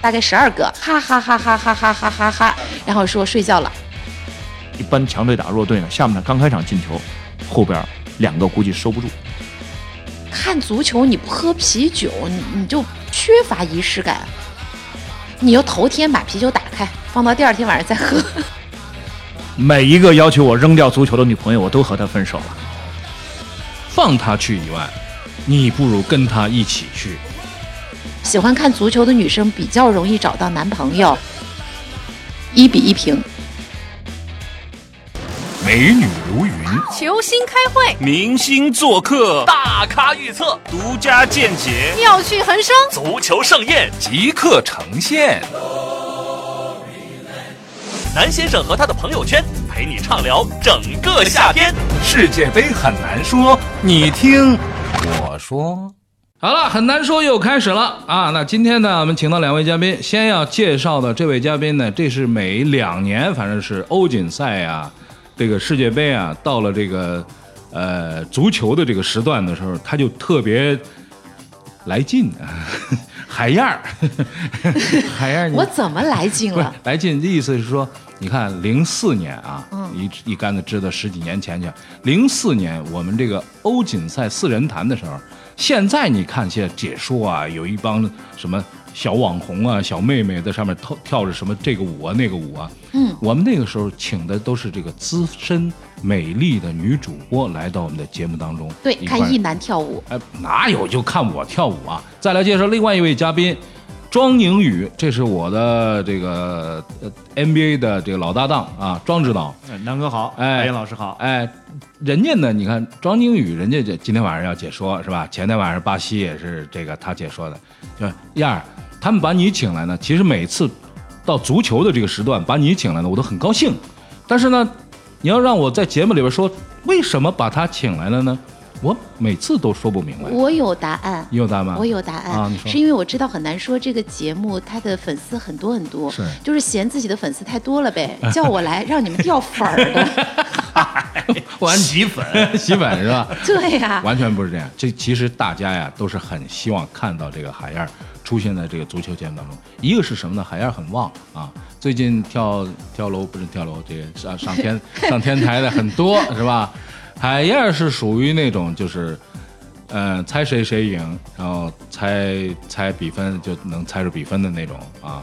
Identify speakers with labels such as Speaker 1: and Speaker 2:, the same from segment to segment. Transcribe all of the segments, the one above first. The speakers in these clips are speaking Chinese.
Speaker 1: 大概十二个，哈哈哈哈哈哈哈哈哈，然后说睡觉了。
Speaker 2: 一般强队打弱队呢，下半场刚开场进球，后边两个估计收不住。
Speaker 1: 看足球你不喝啤酒，你你就缺乏仪式感。你就头天把啤酒打开，放到第二天晚上再喝。
Speaker 2: 每一个要求我扔掉足球的女朋友，我都和她分手了。
Speaker 3: 放他去以外，你不如跟他一起去。
Speaker 1: 喜欢看足球的女生比较容易找到男朋友。一比一平，
Speaker 4: 美女如云，
Speaker 5: 球星开会，
Speaker 6: 明星做客，
Speaker 7: 大咖预测，
Speaker 6: 独家见解，
Speaker 5: 妙趣横生，
Speaker 7: 足球盛宴
Speaker 4: 即刻呈现。
Speaker 7: 南先生和他的朋友圈陪你畅聊整个夏天。
Speaker 4: 世界杯很难说，你听我说。
Speaker 3: 好了，很难说又开始了啊！那今天呢，我们请到两位嘉宾，先要介绍的这位嘉宾呢，这是每两年，反正是欧锦赛啊，这个世界杯啊，到了这个呃足球的这个时段的时候，他就特别来劲 啊，海燕儿， 海燕儿，
Speaker 1: 我怎么来劲
Speaker 3: 不是
Speaker 1: 了？
Speaker 3: 来劲的意思是说，你看零四年啊，
Speaker 1: 嗯
Speaker 3: 一一竿子支到十几年前去。零四年我们这个欧锦赛四人谈的时候，现在你看些解说啊，有一帮什么小网红啊、小妹妹在上面跳跳着什么这个舞啊、那个舞啊。
Speaker 1: 嗯，
Speaker 3: 我们那个时候请的都是这个资深美丽的女主播来到我们的节目当中，
Speaker 1: 对，
Speaker 3: 一块儿
Speaker 1: 看一男跳舞，
Speaker 3: 哎，哪有就看我跳舞啊！再来介绍另外一位嘉宾，庄宁宇，这是我的这个呃 NBA 的这个老搭档啊，庄指导。
Speaker 2: 南哥好，
Speaker 3: 哎
Speaker 2: 白岩老师好，
Speaker 3: 哎，人家呢，你看庄宁宇，人家这今天晚上要解说是吧？前天晚上巴西也是这个他解说的，就是燕儿，他们把你请来呢，其实每次到足球的这个时段把你请来呢，我都很高兴。但是呢，你要让我在节目里边说为什么把他请来了呢？我每次都说不明白。
Speaker 1: 我有答案。
Speaker 3: 你有答案吗？
Speaker 1: 我有答案，
Speaker 3: 啊你说
Speaker 1: 是因为我知道很难说这个节目它的粉丝很多很多，
Speaker 3: 是
Speaker 1: 就是嫌自己的粉丝太多了呗，叫我来让你们掉粉儿的，
Speaker 3: 完
Speaker 2: 洗 粉。
Speaker 3: 洗粉是吧？
Speaker 1: 对 呀、
Speaker 3: 完全不是这样。这其实大家呀都是很希望看到这个海燕儿出现在这个足球节目当中。一个是什么呢？海燕儿很旺啊，最近跳跳楼不是跳楼，这个上上天 上天台的很多是吧？海燕儿是属于那种就是。呃，猜谁谁赢，然后猜猜比分就能猜出比分的那种啊。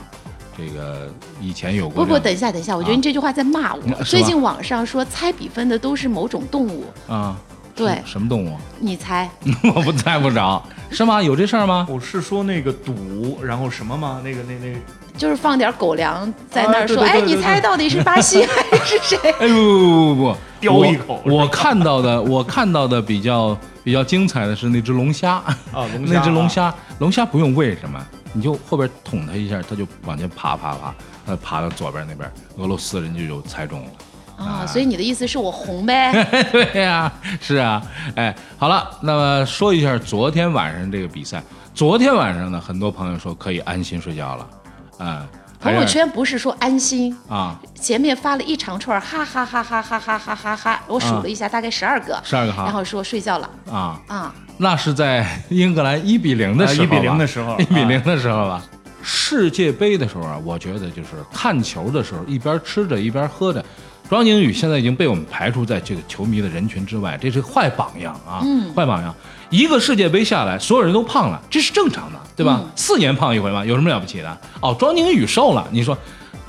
Speaker 3: 这个以前有过
Speaker 1: 不
Speaker 3: 这
Speaker 1: 不，
Speaker 3: 样。
Speaker 1: 等一下，等一下，我觉得你这句话在骂我。
Speaker 3: 啊是吧
Speaker 1: 最近网上说猜比分的都是某种动物，
Speaker 3: 啊，
Speaker 1: 对
Speaker 3: 什么动物？
Speaker 1: 你猜？
Speaker 3: 我不猜不着， 是吗？有这事儿吗？
Speaker 2: 我哦是说那个赌，然后什么吗？那个那那个
Speaker 1: 就是放点狗粮在那儿
Speaker 2: 啊对
Speaker 1: 说，
Speaker 2: 对
Speaker 1: 哎，
Speaker 2: 对
Speaker 1: 你
Speaker 2: 对
Speaker 1: 猜到底是巴西还是谁？
Speaker 3: 哎呦不不不不，
Speaker 2: 叼
Speaker 3: 我
Speaker 2: 一口
Speaker 3: 我看到的，我看到的比较比较精彩的是那只龙虾，
Speaker 2: 啊，龙虾
Speaker 3: 那只龙
Speaker 2: 啊
Speaker 3: 虾，龙虾不用喂什么，你就后边捅它一下，它就往前爬爬爬，它爬到左边那边，俄罗斯人就有猜中了。
Speaker 1: 啊，所以你的意思是我红呗？
Speaker 3: 对呀、是啊，哎，好了，那么说一下昨天晚上这个比赛。昨天晚上呢，很多朋友说可以安心睡觉了，啊、还
Speaker 1: 朋
Speaker 3: 是
Speaker 1: 友圈不是说安心，
Speaker 3: 啊，
Speaker 1: 前面发了一长串儿哈哈哈哈哈哈哈哈哈，我数了一下，大概十二个，
Speaker 3: 12个哈
Speaker 1: 然后说睡觉了
Speaker 3: 啊，
Speaker 1: 啊，
Speaker 3: 那是在英格兰一比零的时候
Speaker 2: 啊
Speaker 3: 吧，
Speaker 2: 1比0的时候
Speaker 3: 一比零的时候吧。世界杯的时候啊，我觉得就是看球的时候，一边吃着一边喝着。庄景宇现在已经被我们排除在这个球迷的人群之外，这是坏榜样啊！坏榜样。一个世界杯下来，所有人都胖了，这是正常的，对吧？四年胖一回嘛，有什么了不起的？哦，庄景宇瘦了，你说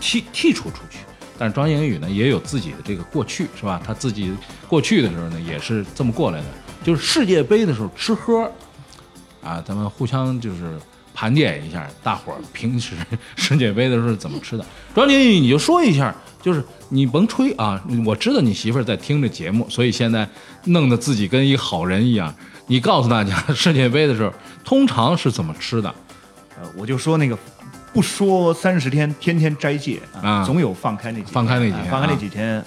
Speaker 3: 剔剔除出去。但是庄景宇呢，也有自己的这个过去，是吧？他自己过去的时候呢，也是这么过来的。就是世界杯的时候吃喝，啊，咱们互相就是盘点一下，大伙儿平时 世界杯的时候是怎么吃的。庄经理，你就说一下，就是你甭吹啊，我知道你媳妇儿在听着节目，所以现在弄得自己跟一好人一样。你告诉大家， 世界杯的时候通常是怎么吃的？
Speaker 2: 呃，我就说那个，不说三十天，天天斋戒
Speaker 3: 啊
Speaker 2: 总有放开那几天
Speaker 3: 放开那几
Speaker 2: 哎
Speaker 3: 天
Speaker 2: 放开
Speaker 3: 啊
Speaker 2: 那几天，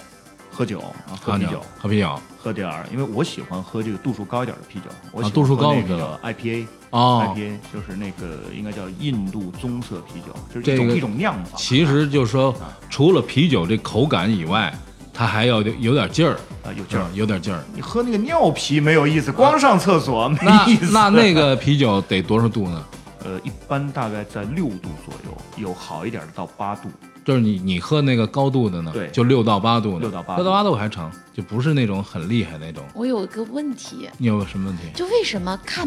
Speaker 2: 喝酒啊，喝啤酒，
Speaker 3: 喝啤酒
Speaker 2: 喝点儿，因为我喜欢喝这个度数高一点的啤酒，我喜欢
Speaker 3: 啊度数高
Speaker 2: 喝
Speaker 3: 的
Speaker 2: 那
Speaker 3: 啤酒
Speaker 2: 个 IPA。
Speaker 3: 哦。
Speaker 2: IPA 就是那个应该叫印度棕色啤酒，就是
Speaker 3: 这
Speaker 2: 一种、
Speaker 3: 个
Speaker 2: 一种酿法。
Speaker 3: 其实就是说，
Speaker 2: 啊
Speaker 3: 除了啤酒这口感以外，它还要有点劲儿，
Speaker 2: 啊，有劲儿
Speaker 3: 嗯。有点 劲儿。
Speaker 2: 你喝那个尿啤没有意思，光上厕所没
Speaker 3: 那
Speaker 2: 意思。
Speaker 3: 那那个啤酒得多少度呢？
Speaker 2: 呃呃，一般大概在六度左右，有好一点的到八度。
Speaker 3: 就是你你喝那个高度的呢，
Speaker 2: 对
Speaker 3: 就六到八度呢，
Speaker 2: 6到8
Speaker 3: 六到八度还成，就不是那种很厉害那种。
Speaker 1: 我有个问题，
Speaker 3: 你有什么问题？
Speaker 1: 就为什么看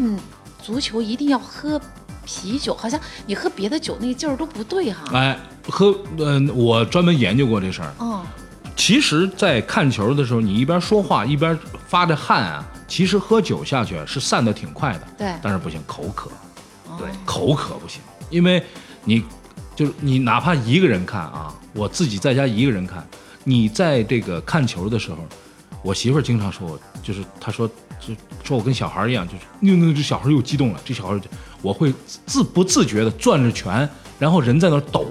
Speaker 1: 足球一定要喝啤酒？好像你喝别的酒那个劲儿都不对哈。
Speaker 3: 哎，喝，嗯、我专门研究过这事儿。
Speaker 1: 嗯，
Speaker 3: 其实，在看球的时候，你一边说话一边发着汗啊，其实喝酒下去啊是散的挺快的。
Speaker 1: 对
Speaker 3: 但是不行，口渴，
Speaker 2: 对
Speaker 3: 口渴不行，因为你就是你，哪怕一个人看啊，我自己在家一个人看，你在这个看球的时候，我媳妇儿经常说我，就是她说就说我跟小孩儿一样，就是那那这小孩儿又激动了，这小孩儿就我会自不自觉的攥着拳，然后人在那儿抖。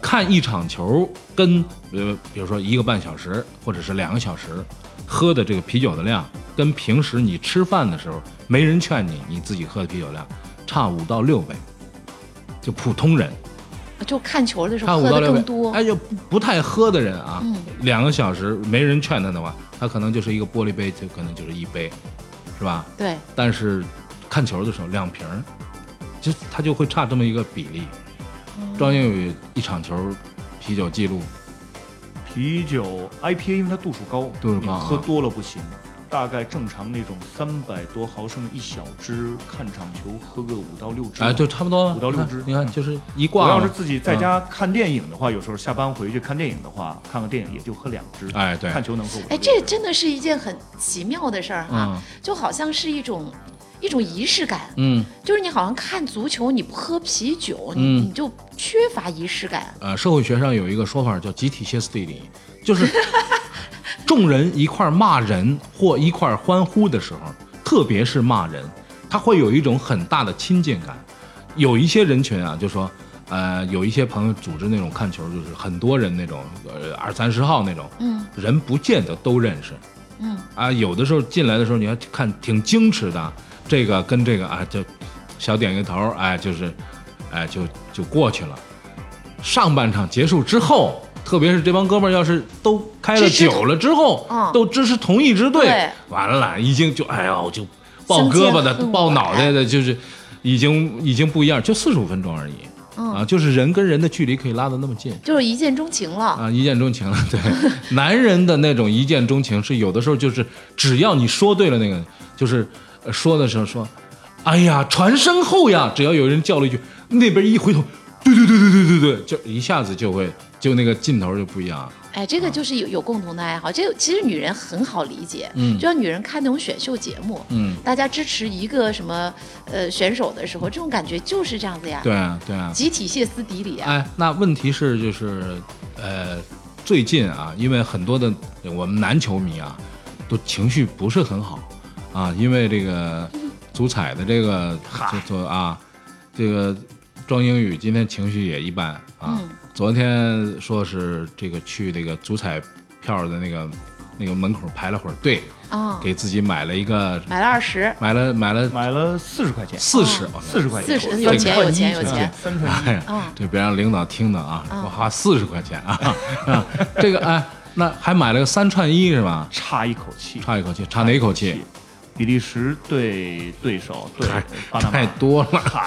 Speaker 3: 看一场球跟呃，比如说一个半小时或者是两个小时，喝的这个啤酒的量，跟平时你吃饭的时候没人劝你，你自己喝的啤酒量差五到六倍，就普通人
Speaker 1: 就看球的时
Speaker 3: 差
Speaker 1: 候
Speaker 3: 五
Speaker 1: 喝
Speaker 3: 到
Speaker 1: 的
Speaker 3: 六
Speaker 1: 更
Speaker 3: 倍
Speaker 1: 多。。
Speaker 3: 哎，就不不太喝的人啊，
Speaker 1: 嗯
Speaker 3: 两个小时没人劝他的话，他可能就是一个玻璃杯，就可能就是一杯，是吧？
Speaker 1: 对，
Speaker 3: 但是看球的时候两瓶儿，就他就会差这么一个比例。
Speaker 1: 哦
Speaker 3: 庄英宇一场球啤酒记录
Speaker 2: 啤酒 IPA 因为它度数高，
Speaker 3: 度数高啊
Speaker 2: 你喝多了不行。大概正常那种三百多毫升一小支，看场球喝个五到六支吧。
Speaker 3: 哎，就差不多
Speaker 2: 五到六支
Speaker 3: 你看，你看就是一
Speaker 2: 我
Speaker 3: 挂
Speaker 2: 要
Speaker 3: 嘛
Speaker 2: 是自己在家看电影的话，有时候下班回去看电影的话，看个电影也就喝两支。
Speaker 3: 哎对
Speaker 2: 看球能喝五六支。
Speaker 1: 哎，这真的是一件很奇妙的事儿哈、
Speaker 3: 嗯
Speaker 1: 就好像是一种一种仪式感。
Speaker 3: 嗯。
Speaker 1: 就是你好像看足球，你不喝啤酒，你、
Speaker 3: 嗯
Speaker 1: 你就缺乏仪式感。
Speaker 3: 呃，社会学上有一个说法叫集体歇斯底里，就是众人一块儿骂人或一块儿欢呼的时候，特别是骂人，他会有一种很大的亲近感。有一些人群啊，就说，呃，有一些朋友组织那种看球，就是很多人那种，呃，二三十号那种，
Speaker 1: 嗯
Speaker 3: 人不见得都认识，
Speaker 1: 嗯，
Speaker 3: 啊，有的时候进来的时候，你还看挺矜持的，这个跟这个啊，就小点个头，哎，就是，哎，就就过去了。上半场结束之后，特别是这帮哥们儿要是都开了
Speaker 1: 支持
Speaker 3: 酒了之后，
Speaker 1: 嗯
Speaker 3: 都支持同一支队，
Speaker 1: 对
Speaker 3: 完了，已经就哎呦就抱胳膊的
Speaker 1: 相见恨、晚
Speaker 3: 抱脑袋的，就是已经已经不一样，就四十五分钟而已、
Speaker 1: 嗯
Speaker 3: 啊，就是人跟人的距离可以拉得那么近。
Speaker 1: 就是一见钟情了。
Speaker 3: 啊，一见钟情了。对， 男人的那种一见钟情是有的时候就是，只要你说对了那个，就是呃说的时候说，哎呀，传声后呀，只要有人叫了一句，那边一回头，对对对对对对对，就一下子就会就那个劲头就不一样。
Speaker 1: 哎，这个就是有有共同的爱好，这个其实女人很好理解，
Speaker 3: 嗯
Speaker 1: 就像女人看那种选秀节目，
Speaker 3: 嗯，
Speaker 1: 大家支持一个什么呃选手的时候，这种感觉就是这样子呀，
Speaker 3: 对啊，对啊。
Speaker 1: 集体歇斯底里啊，
Speaker 3: 哎，那问题是就是，呃，最近啊，因为很多的我们男球迷啊，都情绪不是很好啊，因为这个足彩的这个就就啊，这个庄英宇今天情绪也一般啊，
Speaker 1: 嗯
Speaker 3: 昨天说是这个去那个足彩票的那个那个门口排了会儿队，
Speaker 1: 啊、
Speaker 3: 给自己买了一个
Speaker 1: 买了二十，
Speaker 3: 买了买了
Speaker 2: 买了四十块钱，
Speaker 3: 四十，哦
Speaker 2: 四十块钱，
Speaker 1: 40有钱有钱有钱
Speaker 2: 三串
Speaker 3: 哎呀
Speaker 1: 啊，
Speaker 3: 这别让领导听到啊！我花四十块钱啊， 啊这个哎，那还买了个三串一是吧？
Speaker 2: 差一口气，
Speaker 3: 差一口气，差哪一口气？？
Speaker 2: 比利时对对手对巴拿马，
Speaker 3: 太多了，
Speaker 2: 嗨，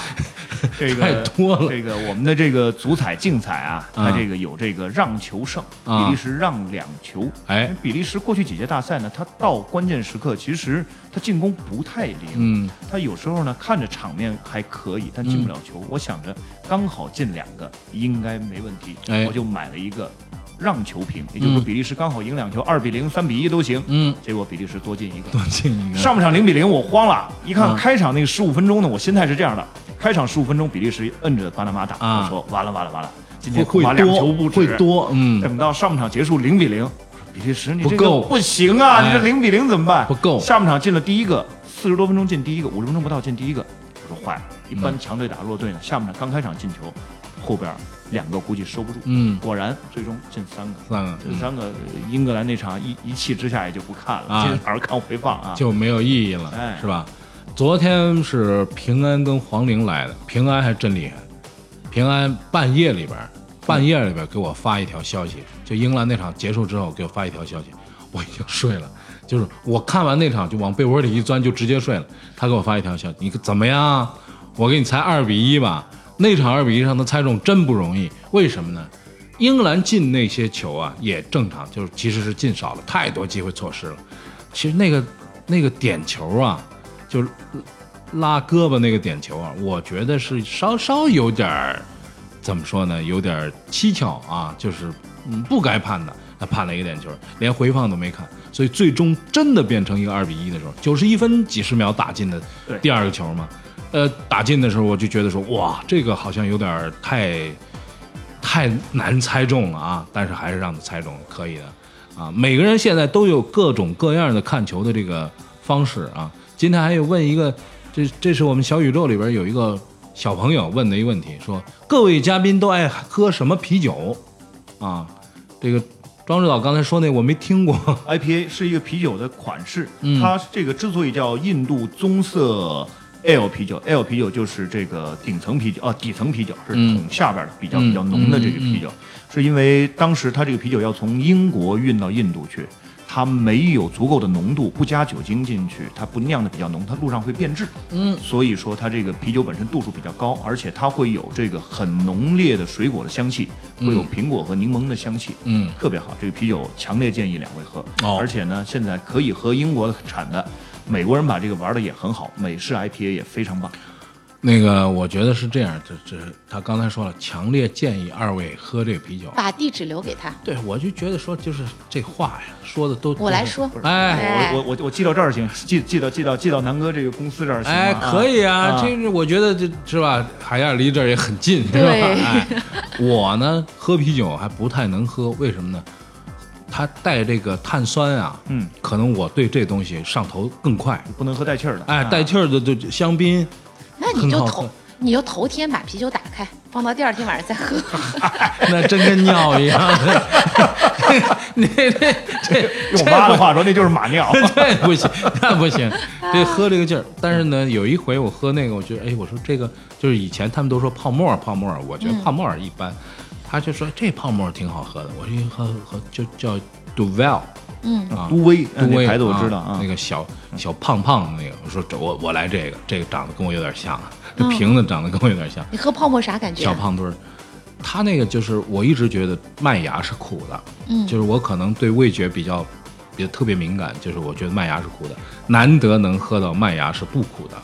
Speaker 2: 这个
Speaker 3: 太多了
Speaker 2: 这个我们的这个足彩竞彩啊，它
Speaker 3: 啊
Speaker 2: 这个有这个让球胜，
Speaker 3: 啊
Speaker 2: 比利时让两球。
Speaker 3: 哎
Speaker 2: 因为比利时过去几届大赛呢，它到关键时刻其实它进攻不太灵，
Speaker 3: 嗯，
Speaker 2: 它有时候呢看着场面还可以，但进不了球。我想着刚好进两个应该没问题，
Speaker 3: 哎
Speaker 2: 我就买了一个让球平，也就是说
Speaker 3: 嗯
Speaker 2: 比利时刚好赢两球，二比零、三比一都行。
Speaker 3: 嗯，
Speaker 2: 结果比利时多进一个，
Speaker 3: 多啊进一个，
Speaker 2: 上半场零比零，我慌了。一看
Speaker 3: 啊
Speaker 2: 开场那个十五分钟呢，我心态是这样的：开场十五分钟，比利时摁着巴拿马打，
Speaker 3: 啊
Speaker 2: 我说完了完了完了，今
Speaker 3: 会
Speaker 2: 天恐怕
Speaker 3: 会
Speaker 2: 两球不
Speaker 3: 多，
Speaker 2: 止
Speaker 3: 会。多，嗯，
Speaker 2: 等到上半场结束零比零，我说比利时你这
Speaker 3: 不
Speaker 2: 个
Speaker 3: 够
Speaker 2: 不行啊，
Speaker 3: 哎
Speaker 2: 你这零比零怎么办？
Speaker 3: 不够
Speaker 2: 下半场进了第一个，四十多分钟进第一个，五十分钟不到进第一个，我说坏了。一般
Speaker 3: 嗯
Speaker 2: 强队打弱队呢，下半场刚开场进球，后边两个估计收不住。
Speaker 3: 嗯
Speaker 2: 果然最终进三个。
Speaker 3: 算了，
Speaker 2: 这
Speaker 3: 嗯
Speaker 2: 三个呃英格兰那场一一气之下也就不看了，
Speaker 3: 啊
Speaker 2: 今而看回放啊。
Speaker 3: 就没有意义
Speaker 2: 哎
Speaker 3: 了，是吧？昨天是平安跟黄玲来的，平安还真厉害，平安半夜里边儿，半夜里边儿给我发一条消息，就英格兰那场结束之后给我发一条消息，我已经睡了，就是我看完那场就往被窝里一钻就直接睡了。他给我发一条消息：“你怎么样？我给你猜二比一吧。”那场二比一让他猜中真不容易，为什么呢？英格兰进那些球啊也正常，就是其实是进少了，太多机会错失了。其实那个那个点球啊，就是拉胳膊那个点球啊，我觉得是稍稍有点儿怎么说呢，有点儿蹊跷啊，就是嗯不该判的，他判了一个点球，连回放都没看，所以最终真的变成一个二比一的时候，九十一分几十秒打进的
Speaker 2: 对
Speaker 3: 第二个球嘛，呃，打进的时候我就觉得说哇，这个好像有点儿太太难猜中了啊，但是还是让他猜中了，可以的。啊，每个人现在都有各种各样的看球的这个方式啊。今天还有问一个，这这是我们小宇宙里边有一个小朋友问的一个问题，说各位嘉宾都爱喝什么啤酒啊？这个庄指导刚才说那我没听过，
Speaker 2: IPA 是一个啤酒的款式，
Speaker 3: 嗯
Speaker 2: 它这个之所以叫印度棕色 L 啤酒，L 啤酒就是这个顶层啤酒啊，底层啤酒是
Speaker 3: 嗯
Speaker 2: 桶下边的比较、
Speaker 3: 嗯
Speaker 2: 比较浓的这个啤酒，是因为当时它这个啤酒要从英国运到印度去。它没有足够的浓度，不加酒精进去，它不酿的比较浓，它路上会变质。
Speaker 3: 嗯
Speaker 2: 所以说它这个啤酒本身度数比较高，而且它会有这个很浓烈的水果的香气，会有
Speaker 3: 嗯
Speaker 2: 苹果和柠檬的香气。
Speaker 3: 嗯
Speaker 2: 特别好，这个啤酒强烈建议两位喝。
Speaker 3: 哦
Speaker 2: 而且呢，现在可以喝英国产的，美国人把这个玩的也很好，美式 IPA 也非常棒。
Speaker 3: 那个我觉得是这样，这这他刚才说了，强烈建议二位喝这个啤酒。
Speaker 1: 把地址留给他，
Speaker 3: 对，我就觉得说就是这话呀，说的都
Speaker 1: 我来说。
Speaker 3: 哎。
Speaker 1: 哎
Speaker 2: 我我我我记到这儿行，记记到记到记到南哥这个公司这儿行吗？
Speaker 3: 哎，可以啊，
Speaker 2: 啊
Speaker 3: 这是我觉得这是吧？海燕离这儿也很近，是吧？
Speaker 1: 对
Speaker 3: 哎，我呢喝啤酒还不太能喝，为什么呢？它带这个碳酸啊，
Speaker 2: 嗯，
Speaker 3: 可能我对这东西上头更快。
Speaker 2: 不能喝带气儿的。
Speaker 3: 哎，
Speaker 2: 啊
Speaker 3: 带气儿的就就香槟，
Speaker 1: 那你就
Speaker 3: 很好
Speaker 1: 头
Speaker 3: 喝
Speaker 1: 你就头天把啤酒打开，放到第二天晚上再 喝。
Speaker 3: 那真跟尿一样。 你这这这
Speaker 2: 用我妈的话说，那就是马 尿。
Speaker 3: 这不行，那不行，这喝这个劲儿。但是呢，有一回我喝那个，我觉得，哎，我说这个就是以前他们都说泡沫儿泡沫儿，我觉得泡沫儿一般。他就说这泡沫儿挺好喝的，我一喝喝就叫 Duvel
Speaker 1: 嗯，
Speaker 3: 啊，
Speaker 2: 都威，嗯
Speaker 3: 杜威
Speaker 2: 那牌子我知道
Speaker 3: 啊
Speaker 2: 啊，
Speaker 3: 那个小小胖胖的那个，我说这我我来这个，这个长得跟我有点像啊，这瓶子长得跟我有点像，
Speaker 1: 你喝泡沫啥感觉？
Speaker 3: 小胖墩儿，他那个就是我一直觉得麦芽是苦的，
Speaker 1: 嗯
Speaker 3: 就是我可能对味觉比较比较特别敏感，就是我觉得麦芽是苦的，难得能喝到麦芽是不苦的，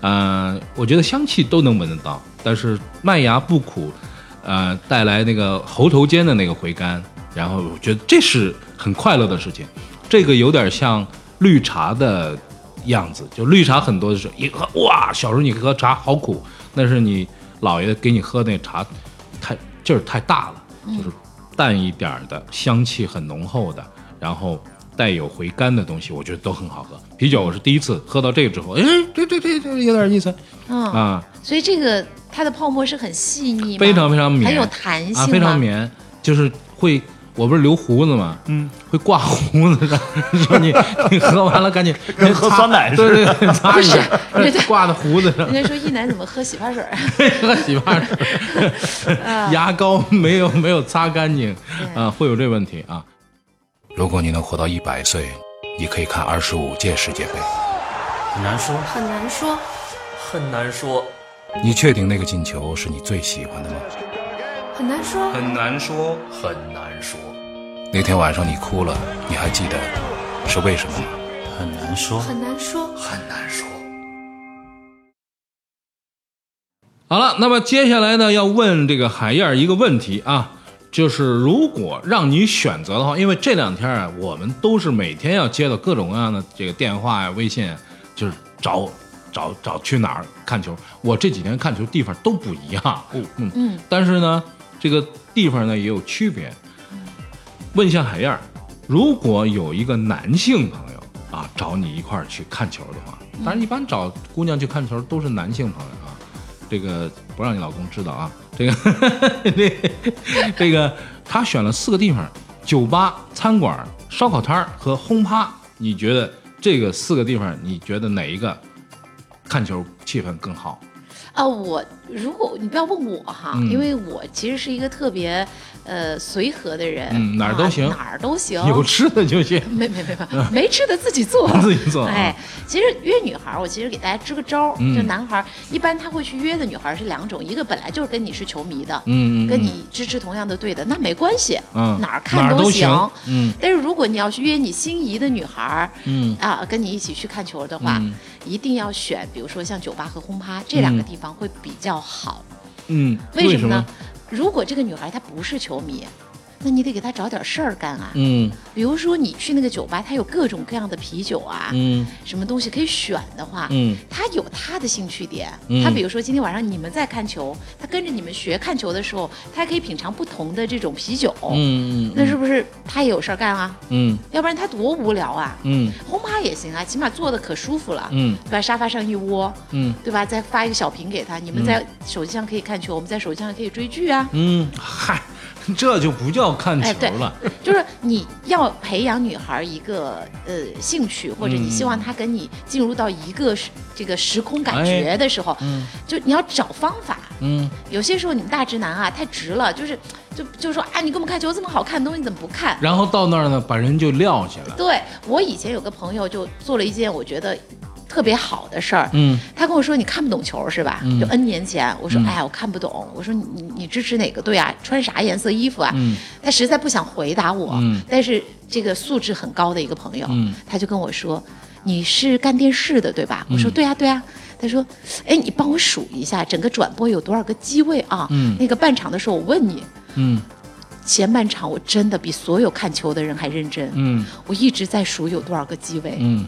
Speaker 3: 呃，我觉得香气都能闻得到，但是麦芽不苦，呃，带来那个喉头间的那个回甘，然后我觉得这是很快乐的事情，这个有点像绿茶的样子，就绿茶很多的时候一喝，哇，小时候你喝茶好苦，那是你姥爷给你喝那茶太劲儿太大了，就是淡一点儿的，香气很浓厚的，然后带有回甘的东西，我觉得都很好喝。啤酒我是第一次喝到这个之后，哎，这这这这有点意思
Speaker 1: 嗯，
Speaker 3: 啊，
Speaker 1: 所以这个它的泡沫是很细腻吗，
Speaker 3: 非常非常绵，
Speaker 1: 很有弹性吗
Speaker 3: 啊，非常绵，就是会，我不是留胡子吗？
Speaker 2: 嗯，
Speaker 3: 会挂胡子上， 说你你喝完了赶紧
Speaker 2: 跟喝
Speaker 3: 擦
Speaker 2: 酸奶似的
Speaker 3: 对对对，擦一下
Speaker 1: 不是这
Speaker 3: 挂在胡子上
Speaker 1: 人，家说一男怎么喝洗发水儿？啊
Speaker 3: 喝洗发水，
Speaker 5: 啊
Speaker 3: 牙膏没有没有擦干净啊，会有这问题啊。
Speaker 4: 如果你能活到一百岁，你可以看二十五届世界杯。
Speaker 7: 很难说，
Speaker 5: 很难说，
Speaker 7: 很难说，
Speaker 4: 你确定那个进球是你最喜欢的吗？
Speaker 5: 很难说，
Speaker 7: 很难说，很难说，
Speaker 4: 那天晚上你哭了，你还记得是为什么吗？
Speaker 7: 很难说，
Speaker 5: 很难说。
Speaker 7: 很难说。
Speaker 3: 好了，那么接下来呢，要问这个海燕儿一个问题啊，就是如果让你选择的话，因为这两天啊，我们都是每天要接到各种各样的这个电话呀、微信啊，就是找找找去哪儿看球。我这几天看球地方都不一样，嗯
Speaker 1: 嗯，
Speaker 3: 但是呢，这个地方呢也有区别。问一下海燕儿，如果有一个男性朋友啊找你一块儿去看球的话，当然一般找姑娘去看球都是男性朋友啊，这个不让你老公知道啊，这个 这这个他选了四个地方：酒吧、餐馆、烧烤摊儿和轰趴。你觉得这个四个地方，你觉得哪一个看球气氛更好？
Speaker 1: 啊，我如果你不要问我哈，
Speaker 3: 嗯
Speaker 1: 因为我其实是一个特别呃随和的人，
Speaker 3: 嗯哪儿都
Speaker 1: 啊
Speaker 3: 行
Speaker 1: 哪儿都行，
Speaker 3: 有吃的就 行，
Speaker 1: 没
Speaker 3: 。
Speaker 1: 没没没没吃的自己做
Speaker 3: 自己做啊。
Speaker 1: 哎，其实约女孩儿，我其实给大家支个招儿，
Speaker 3: 嗯
Speaker 1: 就男孩儿一般他会去约的女孩儿是两种，一个本来就是跟你是球迷的，
Speaker 3: 嗯，嗯嗯
Speaker 1: 跟你支持同样的队的，那没关系，
Speaker 3: 嗯
Speaker 1: 哪儿
Speaker 3: 哪
Speaker 1: 看
Speaker 3: 儿都
Speaker 1: 行。
Speaker 3: 行嗯
Speaker 1: 但是如果你要是约你心仪的女孩儿，
Speaker 3: 嗯
Speaker 1: 啊，跟你一起去看球的话，
Speaker 3: 嗯
Speaker 1: 一定要选，比如说像酒吧和轰趴这两个地方会比较好。
Speaker 3: 嗯，
Speaker 1: 为
Speaker 3: 什
Speaker 1: 么呢？？如果这个女孩她不是球迷，那你得给她找点事儿干啊。
Speaker 3: 嗯
Speaker 1: 比如说你去那个酒吧，它有各种各样的啤酒啊，
Speaker 3: 嗯
Speaker 1: 什么东西可以选的话，
Speaker 3: 嗯
Speaker 1: 他有他的兴趣点。
Speaker 3: 嗯
Speaker 1: 他比如说今天晚上你们在看球，他跟着你们学看球的时候，他还可以品尝不同的这种啤酒，
Speaker 3: 嗯嗯
Speaker 1: 哦那是不是他也有事儿干啊？
Speaker 3: 嗯
Speaker 1: 要不然他多无聊啊！
Speaker 3: 嗯
Speaker 1: 轰趴也行啊，起码坐的可舒服了，
Speaker 3: 嗯
Speaker 1: 对吧？沙发上一窝，
Speaker 3: 嗯
Speaker 1: 对吧？再发一个小屏给他，你们在手机上可以看球，我们在手机上可以追剧啊。
Speaker 3: 嗯，嗨，这就不叫看
Speaker 1: 哎，
Speaker 3: 球
Speaker 1: 对
Speaker 3: 了。，
Speaker 1: 就是你要培养女孩一个呃兴趣，或者你希望她跟你进入到一个时这个时空感觉的时候，
Speaker 3: 嗯
Speaker 1: 就你要找方法。
Speaker 3: 嗯
Speaker 1: 有些时候你们大直男啊太直了，就是就就说啊，你给我们看球这么好看的东西，你怎么不看？
Speaker 3: 然后到那儿呢，把人就撂下了。
Speaker 1: 对我以前有个朋友就做了一件我觉得特别好的事儿，
Speaker 3: 嗯
Speaker 1: 他跟我说：“你看不懂球是吧？”
Speaker 3: 嗯
Speaker 1: 就 N 年前，我说：“
Speaker 3: 嗯
Speaker 1: 哎呀，我看不懂。”我说你：“你你支持哪个队啊？穿啥颜色衣服啊？”
Speaker 3: 嗯
Speaker 1: 他实在不想回答我，
Speaker 3: 嗯
Speaker 1: 但是这个素质很高的一个朋友，
Speaker 3: 嗯
Speaker 1: 他就跟我说：“你是干电视的对吧？”我说：“
Speaker 3: 嗯
Speaker 1: 对呀、对呀、啊他说：“哎，你帮我数一下整个转播有多少个机位啊？
Speaker 3: 嗯
Speaker 1: 那个半场的时候，我问你，
Speaker 3: 嗯
Speaker 1: 前半场我真的比所有看球的人还认真，
Speaker 3: 嗯
Speaker 1: 我一直在数有多少个机位。
Speaker 3: 嗯，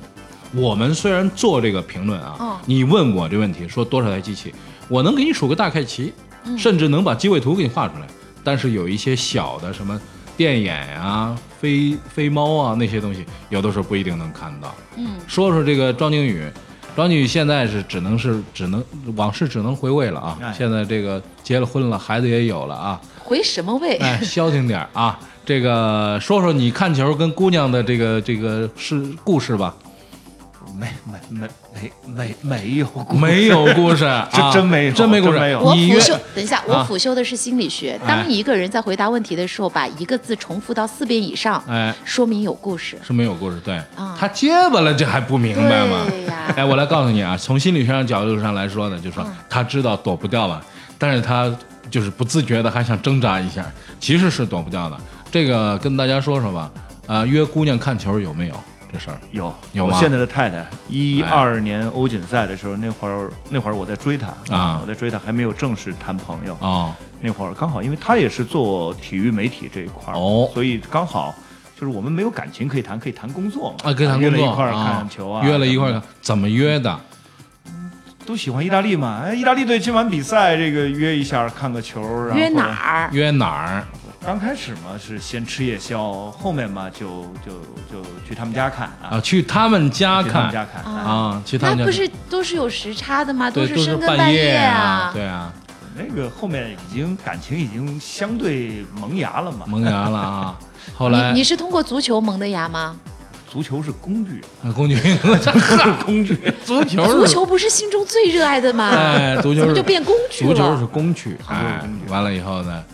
Speaker 3: 我们虽然做这个评论啊，
Speaker 1: 哦
Speaker 3: 你问我这问题，说多少台机器，我能给你数个大概齐，甚至能把机位图给你画出来。但是有一些小的什么电眼啊、飞飞猫啊那些东西，有的时候不一定能看到。
Speaker 1: 嗯，
Speaker 3: 说说这个庄靖宇，庄靖宇现在是只能是只能往事只能回味了啊！
Speaker 2: 哎
Speaker 3: 现在这个结了婚了，孩子也有了啊，
Speaker 1: 回什么位？
Speaker 3: 哎，消停点儿啊！这个说说你看球跟姑娘的这个这个事故事吧，
Speaker 2: 没没没没没没有过
Speaker 3: 没有故事， 啊、
Speaker 2: 这真没有
Speaker 3: 真没故事，
Speaker 2: 真没有
Speaker 1: 我
Speaker 3: 你
Speaker 1: 辅
Speaker 3: 约
Speaker 1: 修，等一下，我
Speaker 3: 啊
Speaker 1: 辅修的是心理学。
Speaker 3: 哎
Speaker 1: 当一个人在回答问题的时候，把一个字重复到四遍以上，
Speaker 3: 哎
Speaker 1: 说明有故事。
Speaker 3: 是没有故事，对，
Speaker 1: 啊
Speaker 3: 他结巴了，这还不明白吗？
Speaker 1: 对呀
Speaker 3: 哎，我来告诉你啊，从心理学上角度上来说呢，就
Speaker 1: 嗯
Speaker 3: 说他知道躲不掉了，但是他就是不自觉的还想挣扎一下，其实是躲不掉的。这个跟大家说说吧，啊、约姑娘看球有没有这事儿？
Speaker 2: 有
Speaker 3: 有
Speaker 2: 我
Speaker 3: 吗
Speaker 2: 现在的太太，一
Speaker 3: 哎
Speaker 2: 二年欧锦赛的时候，那会儿那会儿我在追她
Speaker 3: 啊
Speaker 2: 我在追她，还没有正式谈朋友。
Speaker 3: 哦，
Speaker 2: 那会儿刚好，因为她也是做体育媒体这一块儿，
Speaker 3: 哦
Speaker 2: 所以刚好就是我们没有感情可以谈，可以谈工作嘛。
Speaker 3: 啊，跟他
Speaker 2: 约
Speaker 3: 工
Speaker 2: 了
Speaker 3: 作
Speaker 2: 一块儿
Speaker 3: 啊
Speaker 2: 看球啊，
Speaker 3: 约了一块儿看，怎么约的？
Speaker 2: 都喜欢意大利嘛。哎，意大利队今晚比赛，这个约一下看个球。然后
Speaker 1: 约哪儿？
Speaker 3: 约哪儿？
Speaker 2: 刚开始嘛是先吃夜宵，后面嘛就就就去他们家看啊，
Speaker 3: 啊，去他们家
Speaker 2: 去他们
Speaker 3: 看
Speaker 2: 家看
Speaker 1: 啊
Speaker 3: 啊，去他
Speaker 1: 那
Speaker 3: 们家
Speaker 1: 不
Speaker 3: 看。
Speaker 1: 是都是有时差的吗？
Speaker 3: 对，
Speaker 1: 是
Speaker 3: 都是
Speaker 1: 深更半
Speaker 3: 夜
Speaker 1: 啊。
Speaker 3: 对啊，
Speaker 2: 那个后面已经感情已经相对萌芽了嘛。
Speaker 3: 萌芽了啊。后来
Speaker 1: 你你是通过足球萌的芽吗？
Speaker 2: 足球是工具，
Speaker 3: 啊工具， 工具，足球是
Speaker 1: 足球不是心中最热爱的吗？
Speaker 3: 哎，足球
Speaker 1: 怎
Speaker 3: 是
Speaker 1: 么就变工具
Speaker 3: 足球
Speaker 1: 了？
Speaker 3: 是工具，哎，完了以后呢，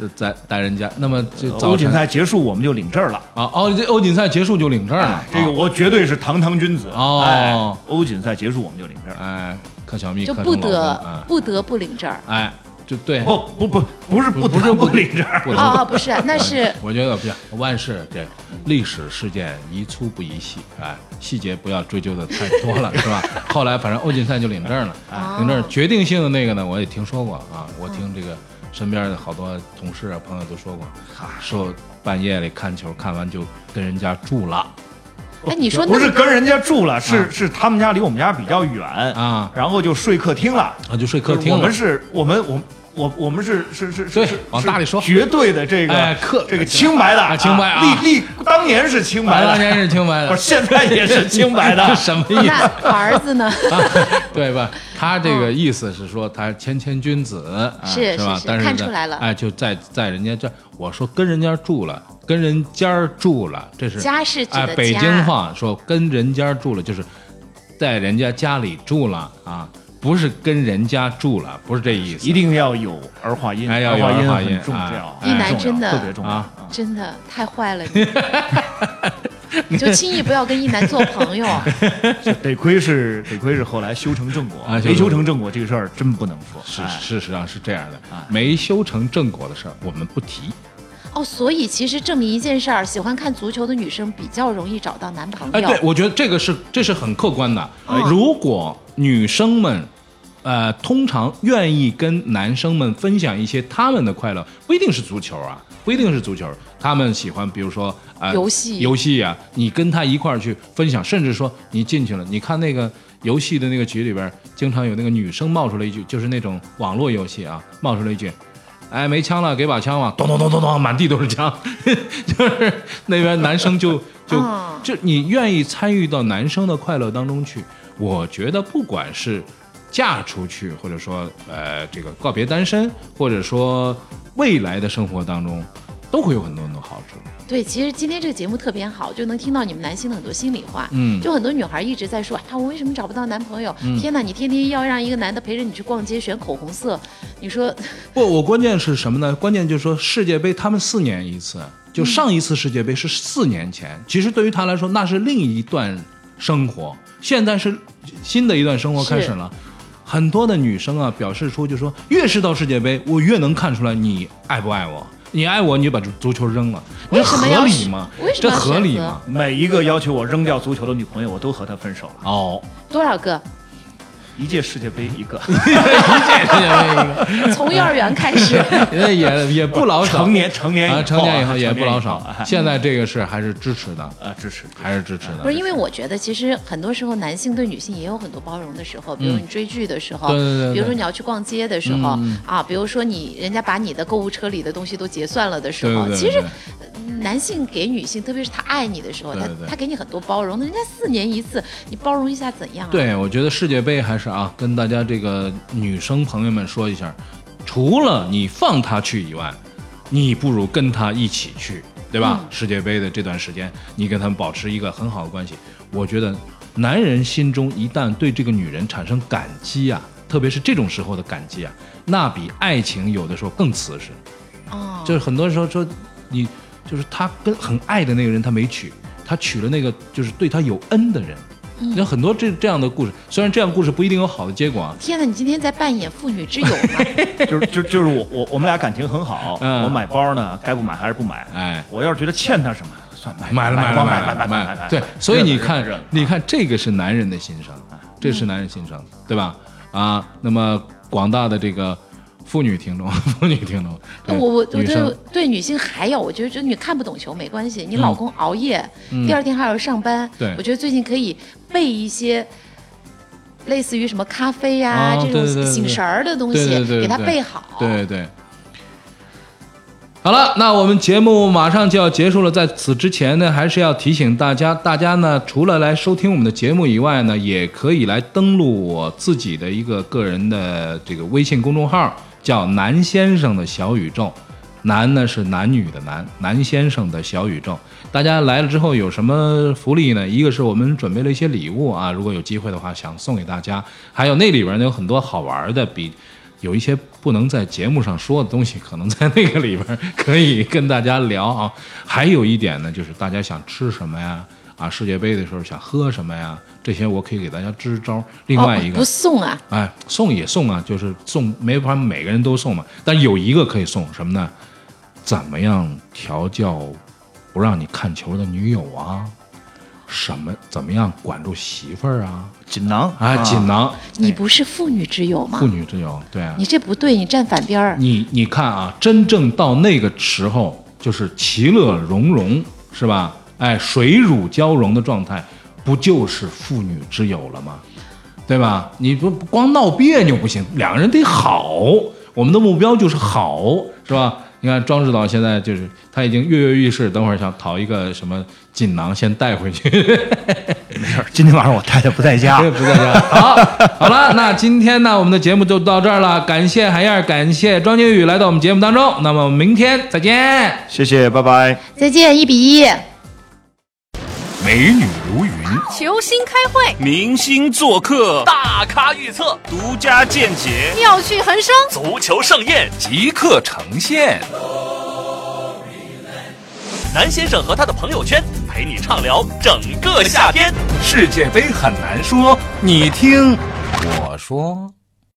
Speaker 3: 就在带人家。那么这早
Speaker 2: 啊呃欧
Speaker 3: 晨
Speaker 2: 锦赛结束我们就领证了。
Speaker 3: 啊，哦，这欧锦赛结束就领证了啊
Speaker 2: 哎，这个我绝对是堂堂君子
Speaker 3: 嗯哦
Speaker 2: 哎欧锦赛结束我们就领证。
Speaker 3: 哎，看小蜜
Speaker 1: 就
Speaker 3: 看
Speaker 1: 不
Speaker 3: 成老公啊
Speaker 1: 得不得不领证儿。
Speaker 3: 哎，哎，就对，
Speaker 2: 哦，不不不是不
Speaker 3: 不是
Speaker 2: 谈
Speaker 3: 不
Speaker 2: 不领证，
Speaker 3: 不
Speaker 1: 哦
Speaker 3: 得
Speaker 1: 哦，不是，那是
Speaker 3: 哎 我觉得不行，万事这历史事件宜粗不宜细，哎，细节不要追究的太多了， 是吧？后来反正欧锦赛就领证了，哎
Speaker 1: 哦
Speaker 3: 领证决定性的那个呢，我也听说过啊，我听这个身边的好多同事啊朋友都说过，说半夜里看球看完就跟人家住了
Speaker 1: 哎，你说那
Speaker 2: 不是
Speaker 1: 个
Speaker 2: 跟人家住了，是是他们家离我们家比较远，
Speaker 3: 啊
Speaker 2: 然后就睡客厅了。
Speaker 3: 啊，就睡客
Speaker 2: 我
Speaker 3: 厅了
Speaker 2: 们。是我们我我我们是是是
Speaker 3: 对
Speaker 2: 是是
Speaker 3: 往大里说
Speaker 2: 是绝对的这个
Speaker 3: 哎客
Speaker 2: 这个清白的
Speaker 3: 啊清白啊
Speaker 2: 历历当年是清白
Speaker 3: 完了，
Speaker 2: 的，
Speaker 3: 年是清白
Speaker 2: 不
Speaker 3: 的
Speaker 2: 是，现在也是清白 的
Speaker 3: 这。什么意
Speaker 1: 那
Speaker 3: 思？
Speaker 1: 儿子 呢？
Speaker 3: 对吧？他这个意思是说他谦谦君子，啊
Speaker 1: 是
Speaker 3: 是吧
Speaker 1: 是？是
Speaker 3: 但是
Speaker 1: 看
Speaker 3: 呢
Speaker 1: 出来了
Speaker 3: 哎，就在在人家这儿，我说跟人家住了，跟人家儿住了，这是
Speaker 1: 家是指的
Speaker 3: 哎，北
Speaker 1: 家
Speaker 3: 京话说跟人家儿住了就是在人家家里住了啊。不是跟人家住了，不是这意思。
Speaker 2: 一定要有儿化音，
Speaker 3: 哎要
Speaker 2: 儿
Speaker 3: 有儿化
Speaker 2: 音
Speaker 3: 音
Speaker 2: 很重要，
Speaker 3: 哎
Speaker 2: 很
Speaker 1: 一男
Speaker 2: 重要
Speaker 1: 真的
Speaker 2: 特别重要
Speaker 3: 啊。
Speaker 2: 嗯
Speaker 1: 真的太坏了你！你 就轻易不要跟一男做朋友，啊
Speaker 2: 得亏是得亏是后来修成正果，
Speaker 3: 啊
Speaker 2: 没修成正果这个事儿真不能说。
Speaker 3: 是
Speaker 2: 哎
Speaker 3: 事实上是这样的
Speaker 1: 啊
Speaker 2: 哎，
Speaker 3: 没修成正果的事儿我们不提。
Speaker 1: 哦，所以其实证明一件事儿：喜欢看足球的女生比较容易找到男朋
Speaker 3: 哎，
Speaker 1: 友。
Speaker 3: 对，我觉得这个是这是很客观的。
Speaker 1: 嗯
Speaker 3: 如果女生们，呃，通常愿意跟男生们分享一些他们的快乐，不一定是足球啊，不一定是足球，他们喜欢比如说呃
Speaker 1: 游戏
Speaker 3: 游戏啊，你跟他一块儿去分享，甚至说你进去了，你看那个。游戏的那个局里边，经常有那个女生冒出来一句，就是那种网络游戏啊，冒出来一句：“哎，没枪了，给把枪吧！”咚咚咚咚咚，满地都是枪， 就是那边男生就就
Speaker 1: 嗯
Speaker 3: 就你愿意参与到男生的快乐当中去。我觉得不管是嫁出去，或者说呃这个告别单身，或者说未来的生活当中，都会有很多很多好处。
Speaker 1: 对，其实今天这个节目特别好，就能听到你们男性的很多心里话。
Speaker 3: 嗯
Speaker 1: 就很多女孩一直在说啊，我为什么找不到男朋友？天哪，你天天要让一个男的陪着你去逛街选口红色，你说
Speaker 3: 不，我关键是什么呢？关键就是说世界杯他们四年一次，就上一次世界杯是四年前。其实对于他来说，那是另一段生活，现在是新的一段生活开始了。很多的女生啊，表示出就说，越是到世界杯，我越能看出来你爱不爱我。你爱我，你就把足足球扔了，你这
Speaker 1: 为什么要
Speaker 3: 合理吗？
Speaker 1: 为什么
Speaker 3: 这
Speaker 1: 要
Speaker 3: 合理
Speaker 1: 选择
Speaker 3: 吗？
Speaker 2: 每一个要求我扔掉足球的女朋友，我都和她分手了。
Speaker 3: 哦，
Speaker 1: 多少个？
Speaker 2: 一届世界杯一个，
Speaker 1: 从幼儿园开始，
Speaker 3: 也也也不老少。
Speaker 2: 成年成年以后
Speaker 3: 啊，
Speaker 2: 啊
Speaker 3: 成年以后也
Speaker 2: 成年
Speaker 3: 不老
Speaker 2: 以后
Speaker 3: 少
Speaker 2: 啊。
Speaker 3: 现在这个是还是支持的，
Speaker 2: 啊，支持。
Speaker 3: 还是支持的。
Speaker 1: 不是因为我觉得，其实很多时候男性对女性也有很多包容的时候，比如你追剧的时候，
Speaker 3: 嗯对对对对嗯
Speaker 1: 比如说你要去逛街的时候、啊，比如说你人家把你的购物车里的东西都结算了的时候，
Speaker 3: 对对对
Speaker 1: 其实
Speaker 3: 对
Speaker 1: 呃男性给女性，特别是他爱你的时候，
Speaker 3: 对对
Speaker 1: 他
Speaker 3: 对
Speaker 1: 他给你很多包容，那人家四年一次，你包容一下怎样、啊？，
Speaker 3: 对，我觉得世界杯还是啊，跟大家这个女生朋友们说一下，除了你放她去以外，你不如跟她一起去，对吧？
Speaker 1: 嗯
Speaker 3: 世界杯的这段时间，你跟他们保持一个很好的关系，我觉得男人心中一旦对这个女人产生感激啊，特别是这种时候的感激啊，那比爱情有的时候更瓷实。
Speaker 1: 哦，
Speaker 3: 就是很多时候说你就是他跟很爱的那个人他没娶，他娶了那个就是对他有恩的人。
Speaker 1: 嗯
Speaker 3: 你看很多这这样的故事，虽然这样故事不一定有好的结果啊，
Speaker 1: 天哪，你今天在扮演妇女之友吗？
Speaker 2: 就是就就是我我我们俩感情很好，
Speaker 3: 嗯
Speaker 2: 我买包呢，该不买还是不买。
Speaker 3: 哎
Speaker 2: 我要是觉得欠她什么，算买
Speaker 3: 买了
Speaker 2: 买买
Speaker 3: 了买
Speaker 2: 买
Speaker 3: 买
Speaker 2: 买买。
Speaker 3: 对，所以你看
Speaker 2: 热闹热闹，
Speaker 3: 你看这个是男人的心声，这是男人心声，对吧？啊，那么广大的这个妇女听众， 妇女听众，
Speaker 1: 那
Speaker 3: 对
Speaker 1: 我我我
Speaker 3: 女生嗯
Speaker 1: 对对女性还有，我觉得就你看不懂球没关系，你老公熬夜，第二天还要上班，
Speaker 3: 对
Speaker 1: 我觉得最近可以备一些。类似于什么咖啡呀、
Speaker 3: 啊
Speaker 1: 这种
Speaker 3: 对对对对
Speaker 1: 醒神儿的东西，
Speaker 3: 对对对对
Speaker 1: 给他备好。
Speaker 3: 对对。好了，那我们节目马上就要结束了，在此之前呢，还是要提醒大家，大家呢除了来收听我们的节目以外呢，也可以来登录我自己的一个个人的这个微信公众号，叫“南先生的小宇宙”。男呢是男女的男，男先生的小宇宙。大家来了之后有什么福利呢？一个是我们准备了一些礼物啊，如果有机会的话想送给大家。还有那里边呢有很多好玩的，比有一些不能在节目上说的东西，可能在那个里边儿可以跟大家聊啊。还有一点呢，就是大家想吃什么呀？啊，世界杯的时候想喝什么呀？这些我可以给大家支招。另外一个、
Speaker 1: 哦、不送啊，
Speaker 3: 哎，送也送啊，就是送没法每个人都送嘛，但有一个可以送什么呢？怎么样调教不让你看球的女友啊？什么怎么样管住媳妇儿啊？
Speaker 2: 锦囊
Speaker 3: 啊，锦囊，
Speaker 1: 你不是妇女之友吗
Speaker 3: 妇？女之友，对啊
Speaker 1: 你。这不对，你站反边儿。
Speaker 3: 你你看啊，真正到那个时候，就是其乐融融，是吧？哎，水乳交融的状态，不就是妇女之友了吗？对吧？你不不光闹别扭不行，两个人得好。我们的目标就是好，是吧？你看庄指导现在就是他已经跃跃欲试，等会儿想讨一个什么锦囊先带回去。
Speaker 2: 没事儿，今天晚上我太太不在家，
Speaker 3: 不在家。 好，好了，那今天呢，我们的节目就到这儿了，感谢韩燕儿，感谢庄金宇来到我们节目当中，那么明天再见。
Speaker 2: 谢谢，拜拜。
Speaker 1: 再见，一比一。
Speaker 4: 美女如云，
Speaker 8: 云。
Speaker 1: 球星开会，
Speaker 9: 明星做客，
Speaker 7: 大咖预测，
Speaker 9: 独家见解，
Speaker 1: 妙趣横生。
Speaker 7: 足球盛宴，
Speaker 10: 即刻呈现。
Speaker 7: 南先生和他的朋友圈陪你畅聊整个夏天。
Speaker 10: 世界杯很难说，你听我说。